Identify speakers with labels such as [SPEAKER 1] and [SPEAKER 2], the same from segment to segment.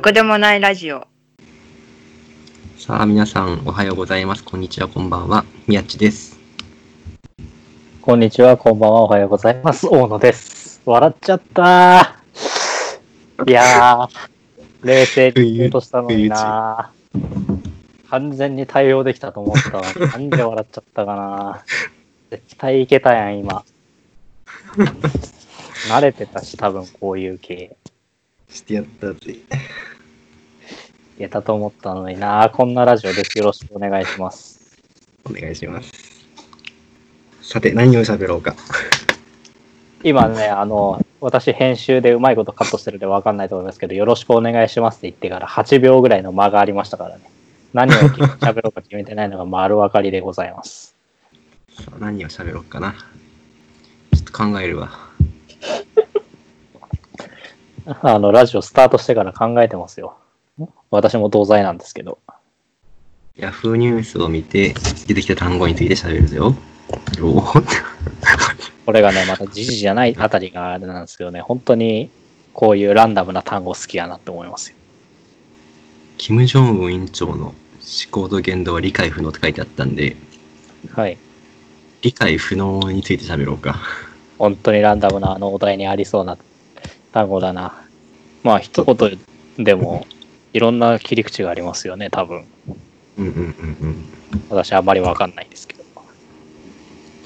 [SPEAKER 1] くでもないラジオ。
[SPEAKER 2] さあ、皆さん、おはようございます。こんにちは、こんばんは。みやっちです。
[SPEAKER 3] こんにちは、こんばんは、おはようございます。大野です。笑っちゃったー。いやー、冷静に言おうとしたのになー。完全に対応できたと思ったわ。なんで笑っちゃったかな絶対いけたやん、今。慣れてたし、多分こういう系。
[SPEAKER 2] してやったぜ。
[SPEAKER 3] いけたと思ったのになー。こんなラジオです。よろしくお願いします。
[SPEAKER 2] お願いします。さて、何を喋ろうか。
[SPEAKER 3] 今ね、あの、私編集でうまいことカットしてるんでわかんないと思いますけど、よろしくお願いしますって言ってから8秒ぐらいの間がありましたからね。何をき喋ろうか決めてないのが丸分かりでございます。
[SPEAKER 2] さあ何を喋ろうかな。ちょっと考えるわ。
[SPEAKER 3] あの、ラジオスタートしてから考えてますよ。私も同罪なんですけど。
[SPEAKER 2] ヤフーニュースを見て、出てきた単語について喋るぜよ。おー
[SPEAKER 3] これがね、また時事じゃないあたりがあれなんですけどね、本当にこういうランダムな単語好きやなって思いますよ。
[SPEAKER 2] キム・ジョンウン委員長の思考と言動は理解不能って書いてあったんで、
[SPEAKER 3] はい。
[SPEAKER 2] 理解不能について喋ろうか。
[SPEAKER 3] 本当にランダムなあのお題にありそうな単語だな。まあ一言で もいろんな切り口がありますよね、多分。
[SPEAKER 2] うんうんうんうん。
[SPEAKER 3] 私あんまりわかんないですけど。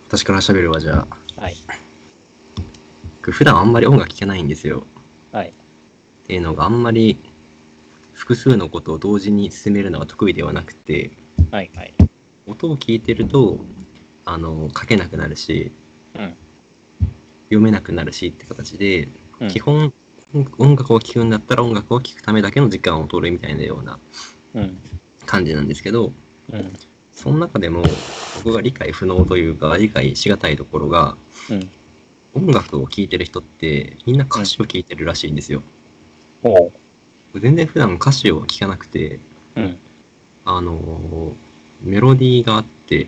[SPEAKER 2] 私から喋るわ、じゃあ。
[SPEAKER 3] はい。
[SPEAKER 2] 普段あんまり音楽聴けないんですよ。
[SPEAKER 3] はい。
[SPEAKER 2] っていうのがあんまり複数のことを同時に進めるのは得意ではなくて
[SPEAKER 3] はい。はい。
[SPEAKER 2] 音を聞いてるとあの書けなくなるし
[SPEAKER 3] うん。
[SPEAKER 2] 読めなくなるしって形で、
[SPEAKER 3] うん
[SPEAKER 2] 基本音楽を聴くんだったら音楽を聴くためだけの時間を取るみたいなような
[SPEAKER 3] うん。
[SPEAKER 2] 感じなんですけど
[SPEAKER 3] うん。
[SPEAKER 2] その中でも僕が理解不能というか理解しがたいところが
[SPEAKER 3] うん。
[SPEAKER 2] 音楽を聴いてる人ってみんな歌詞を聴いてるらしいんですよ。
[SPEAKER 3] おう。
[SPEAKER 2] 全然普段歌詞を聴かなくて
[SPEAKER 3] うん。
[SPEAKER 2] あのーメロディーがあって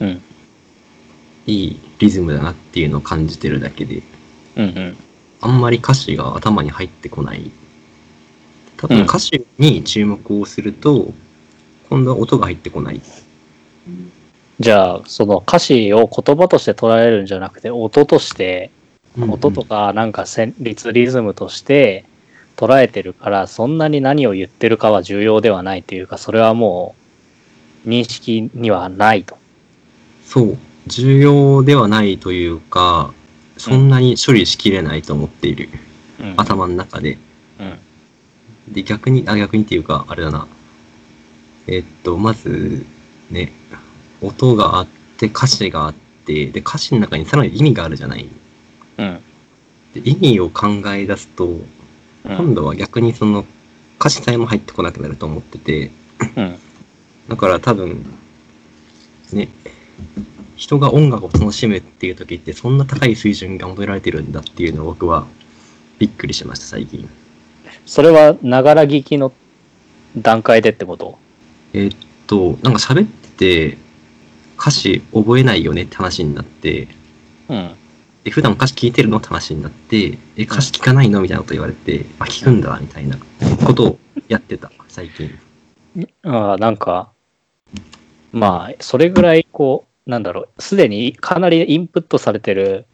[SPEAKER 3] うん。
[SPEAKER 2] いいリズムだなっていうのを感じてるだけで
[SPEAKER 3] うん。うん。
[SPEAKER 2] あんまり歌詞が頭に入ってこない多分
[SPEAKER 3] うん
[SPEAKER 2] 歌詞に注目をすると、今度は音が入ってこない
[SPEAKER 3] じゃあ、その歌詞を言葉として捉えるんじゃなくて、音として、音とか、なんか旋律、リズムとして捉えてるから、そんなに何を言ってるかは重要ではないというか、それはもう認識にはないと。
[SPEAKER 2] そう重要ではないというかそんなに処理しきれないと思っている、
[SPEAKER 3] うん
[SPEAKER 2] 頭の中で
[SPEAKER 3] うん。
[SPEAKER 2] で逆にあ逆にっていうかあれだなえっとまずね音があって歌詞があってで歌詞の中にさらに意味があるじゃない
[SPEAKER 3] うん。
[SPEAKER 2] で意味を考え出すと
[SPEAKER 3] うん。
[SPEAKER 2] 今度は逆にその歌詞さえも入ってこなくなると思ってて
[SPEAKER 3] うん。
[SPEAKER 2] だから多分ね人が音楽を楽しむっていう時ってそんな高い水準が求められてるんだっていうのを僕はびっくりしました最近。
[SPEAKER 3] それは、ながら聞きの段階でってこと
[SPEAKER 2] えーっとなんか喋ってて歌詞覚えないよねって話になって
[SPEAKER 3] うん。
[SPEAKER 2] で普段歌詞聞いてるのって話になってえ歌詞聞かないのみたいなこと言われてあ聞くんだみたいなことをやってた最近。
[SPEAKER 3] ああ、なんか、まあ、それぐらい、こう、なんだろう、すでにかなりインプットされてる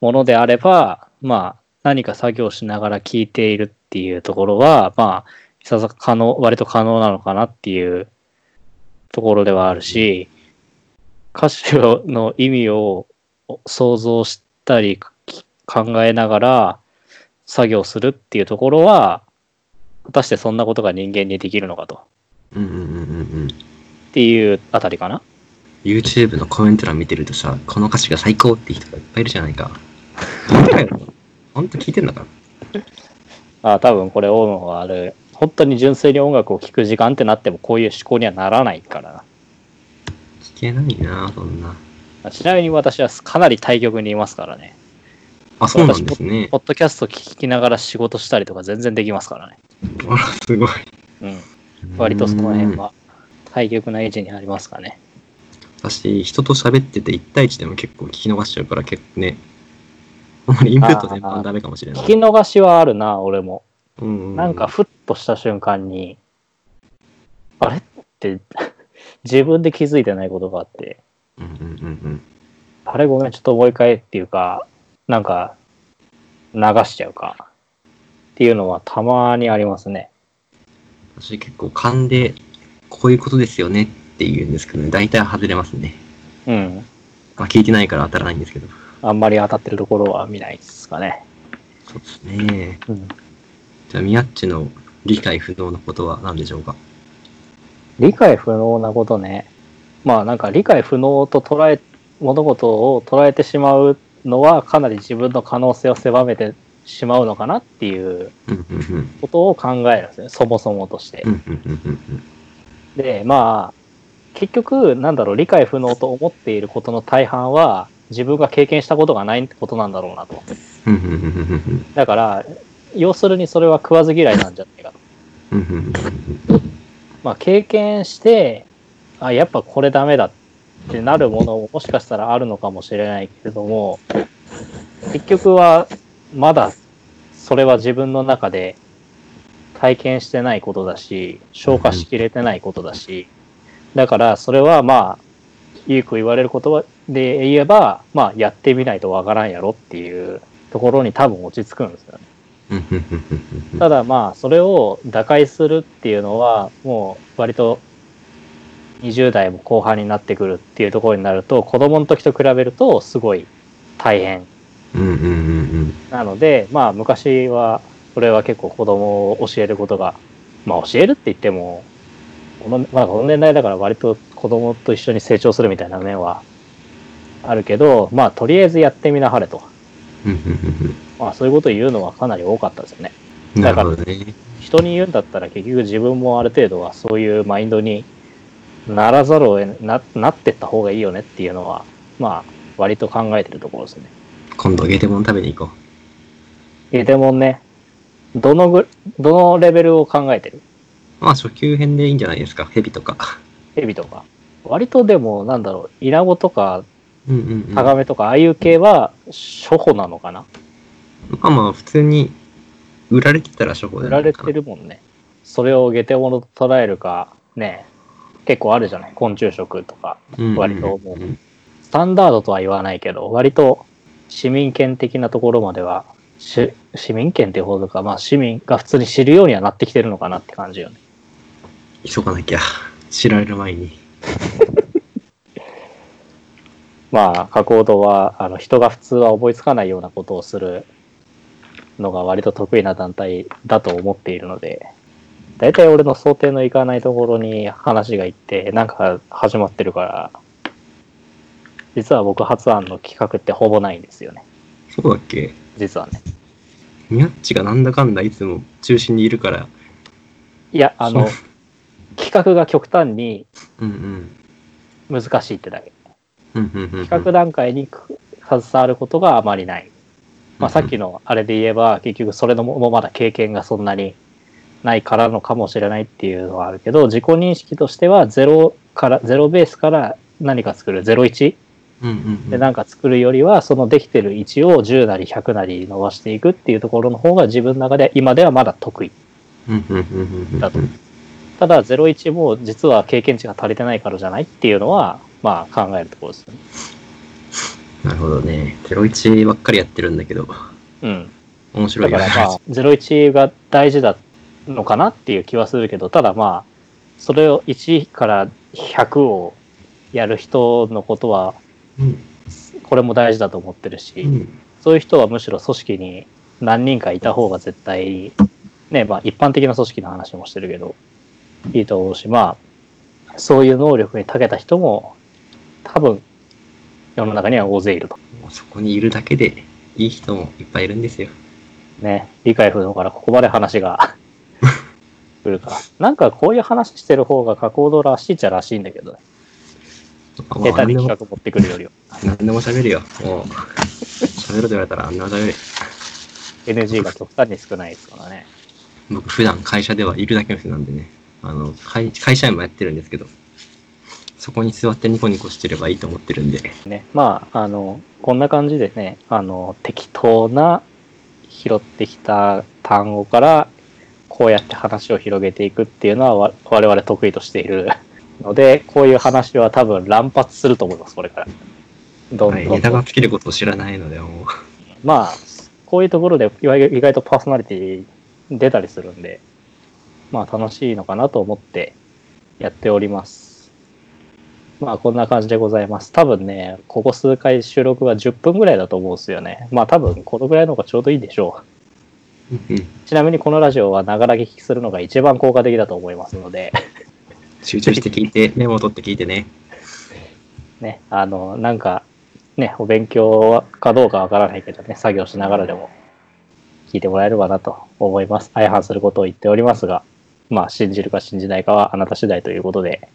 [SPEAKER 3] ものであれば、まあ、何か作業しながら聞いているっていうところは、まあ、いささか可能、割と可能なのかなっていうところではあるし、歌詞の意味を想像したりき考えながら作業するっていうところは、果たしてそんなことが人間にできるのかと。
[SPEAKER 2] うんうんうんうんうん
[SPEAKER 3] っていうあたりかな。
[SPEAKER 2] YouTube のコメント欄見てるとさ、この歌詞が最高って人がいっぱいいるじゃないか。本当かよ本当聞いてんのか
[SPEAKER 3] あ多分これ、大野がある、本当に純粋に音楽を聴く時間ってなっても、こういう思考にはならないから
[SPEAKER 2] 聞けないな、そんな。
[SPEAKER 3] な。ちなみに私はかなり対局にいますからね。
[SPEAKER 2] あ、そうなんですね。
[SPEAKER 3] ポッドキャスト聞きながら仕事したりとか全然できますからね。
[SPEAKER 2] あら、すごい。
[SPEAKER 3] うん。割とその辺は、対局な位置にありますかね。
[SPEAKER 2] うん。私、人と喋ってて1対1でも結構聞き逃しちゃうから、結構ね、あんまりインプット全般ダメかもしれな
[SPEAKER 3] 聞
[SPEAKER 2] い。
[SPEAKER 3] き逃しはあるな、俺も。
[SPEAKER 2] うん
[SPEAKER 3] なんか、ふっとした瞬間に、あれって自分で気づいてないことがあって、
[SPEAKER 2] うんうんうん
[SPEAKER 3] あれごめん、ちょっともう一回っていうか、なんか、流しちゃうか。っていうのはたまにありますね。
[SPEAKER 2] うん。私結構勘で、こういうことですよねって言うんですけどね、大体外れますね。
[SPEAKER 3] うん。
[SPEAKER 2] まあ聞いてないから当たらないんですけど。
[SPEAKER 3] あんまり当たってるところは見ないですかね。
[SPEAKER 2] そうですね。
[SPEAKER 3] うん。
[SPEAKER 2] じゃあ、ミヤッチの理解不能なことは何でしょうか
[SPEAKER 3] 理解不能なことね。まあなんか理解不能と捉え、物事を捉えてしまうのはかなり自分の可能性を狭めてしまうのかなっていう
[SPEAKER 2] うんうんうん。
[SPEAKER 3] ことを考えるんですね。そもそもとして
[SPEAKER 2] う。んうんうんうん
[SPEAKER 3] で、まあ、結局、なんだろう、理解不能と思っていることの大半は、自分が経験したことがないってことなんだろうなと。
[SPEAKER 2] うんうんうんうんうん
[SPEAKER 3] だから、要するにそれは食わず嫌いなんじゃないかと。
[SPEAKER 2] うんうんうん
[SPEAKER 3] まあ、経験して、あ、やっぱこれダメだってなるものももしかしたらあるのかもしれないけれども、結局は、まだ、それは自分の中で体験してないことだし、消化しきれてないことだし、だから、それはまあ、よく言われる言葉で言えば、まあ、やってみないとわからんやろっていうところに多分落ち着くんですよね。
[SPEAKER 2] うんうんうんうん
[SPEAKER 3] ただまあそれを打開するっていうのはもう割と20代も後半になってくるっていうところになると子供の時と比べるとすごい大変
[SPEAKER 2] うんうんうんうん
[SPEAKER 3] なのでまあ昔は俺は結構子供を教えることがまあ教えるって言ってもこの,、まあ、この年代だから割と子供と一緒に成長するみたいな面はあるけどまあとりあえずやってみなはれと、
[SPEAKER 2] うんうんうん
[SPEAKER 3] まあ、そういうことを言うのはかなり多かったですよね。
[SPEAKER 2] うんなるほどね。
[SPEAKER 3] 人に言うんだったら結局自分もある程度はそういうマインドにならざるを得ななってった方がいいよねっていうのはまあ割と考えてるところですね。
[SPEAKER 2] 今度、ゲテモン食べに行こ
[SPEAKER 3] えでもねどのぐどのレベルを考えてる
[SPEAKER 2] う。まあ、初級編でいいんじゃないですか。ヘビとか。
[SPEAKER 3] ヘビとか割とでもなんだろうイナゴとか
[SPEAKER 2] うんうんうん。
[SPEAKER 3] タガメとかああいう系は初歩なのかな
[SPEAKER 2] まあまあ、普通に、売られてたら処方だ
[SPEAKER 3] 売られてるもんね。それをゲテモノと捉えるかね結構あるじゃない昆虫食とか割ともうスタンダードとは言わないけど、割と市民権的なところまでは、し市民権っていうほどか、まあ市民が普通に知るようにはなってきてるのかなって感じよね。
[SPEAKER 2] 急がなきゃ。知られる前に。
[SPEAKER 3] まあ、加工堂は、あの、人が普通は思いつかないようなことをするのが割と得意な団体だと思っているので、大体俺の想定のいかないところに話が行って、なんか始まってるから、実は僕発案の企画ってほぼないんですよね。
[SPEAKER 2] そうだっけ
[SPEAKER 3] 実はね。
[SPEAKER 2] ミヤッチがなんだかんだいつも中心にいるから。
[SPEAKER 3] いや、あの
[SPEAKER 2] そ、
[SPEAKER 3] 企画が極端に
[SPEAKER 2] うんうん。
[SPEAKER 3] 難しいってだけ。
[SPEAKER 2] うんうんうんうん。
[SPEAKER 3] 企画段階にく携わることがあまりない。まあ、さっき
[SPEAKER 2] の。
[SPEAKER 3] のあれで言えば、結局それのももまだ経験がそんなにないからのかもしれないっていうのはあるけど、自己認識としてはゼロから、ゼロベースから何か作る、ゼロ一
[SPEAKER 2] うんうんう
[SPEAKER 3] で
[SPEAKER 2] ん。
[SPEAKER 3] 何か作るよりは、そのできてる1を10なり100なり伸ばしていくっていうところの方が自分の中では今ではまだ得意。
[SPEAKER 2] うんうんうんうんうん。
[SPEAKER 3] だとただ、01も実は経験値が足りてないからじゃないっていうのは、まあ考えるところですよね。
[SPEAKER 2] なるほどね。01ばっかりやってるんだけど、
[SPEAKER 3] うん。
[SPEAKER 2] 面白
[SPEAKER 3] だ
[SPEAKER 2] い
[SPEAKER 3] からまあ、01が大事だのかなっていう気はするけど、ただまあ、それを1から100をやる人のことは、
[SPEAKER 2] うん
[SPEAKER 3] これも大事だと思ってる
[SPEAKER 2] う
[SPEAKER 3] し、
[SPEAKER 2] ん
[SPEAKER 3] そういう人はむしろ組織に何人かいた方が絶対、ね、まあ一般的な組織の話もしてるけど、いいと思うし、まあ、そういう能力に長けた人も、多分、世の中には大勢いると。
[SPEAKER 2] もうそこにいるだけでいい人もいっぱいいるんですよ。
[SPEAKER 3] ね、理解不能からここまで話が来るか。なんかこういう話してる方が加工度らしいっちゃらしいんだけど
[SPEAKER 2] ま
[SPEAKER 3] ね。
[SPEAKER 2] あ
[SPEAKER 3] 下手に
[SPEAKER 2] 何で
[SPEAKER 3] 企
[SPEAKER 2] も
[SPEAKER 3] 画持ってくるよりは。
[SPEAKER 2] 何でも喋るよ。もう、喋ると言われたらあんなも喋る。
[SPEAKER 3] NG が極端に少ないですからね。
[SPEAKER 2] 僕普段会社ではいるだけの人なんでね。あの、会会社員もやってるんですけど、そこに座ってニコニコしてればいいと思ってるんで。
[SPEAKER 3] ね。まあ、あの、こんな感じでね、あの、適当な拾ってきた単語からこうやって話を広げていくっていうのはわ我々得意としているので、こういう話は多分乱発すると思います、これから。どんどん
[SPEAKER 2] はい、ネタが尽きることを知らないので、もう。
[SPEAKER 3] まあ、こういうところで意外意外とパーソナリティ出たりするんで、まあ楽しいのかなと思ってやっております。まあこんな感じでございます。多分ね、ここ数回収録は10分ぐらいだと思うんですよね。まあ多分このぐらいの方がちょうどいいでしょ
[SPEAKER 2] うん
[SPEAKER 3] う。ちなみにこのラジオはながら聞きするのが一番効果的だと思いますので、
[SPEAKER 2] 集中して聞いて、メモを取って聞いてね。
[SPEAKER 3] ね、あの、なんか、ね、お勉強かどうかわからないけどね、作業しながらでも聞いてもらえればなと思います。相反することを言っておりますが、まあ、信じるか信じないかはあなた次第ということで、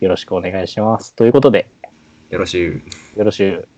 [SPEAKER 3] よろしくお願いします。ということで、
[SPEAKER 2] よろしゅう。
[SPEAKER 3] よろしゅう。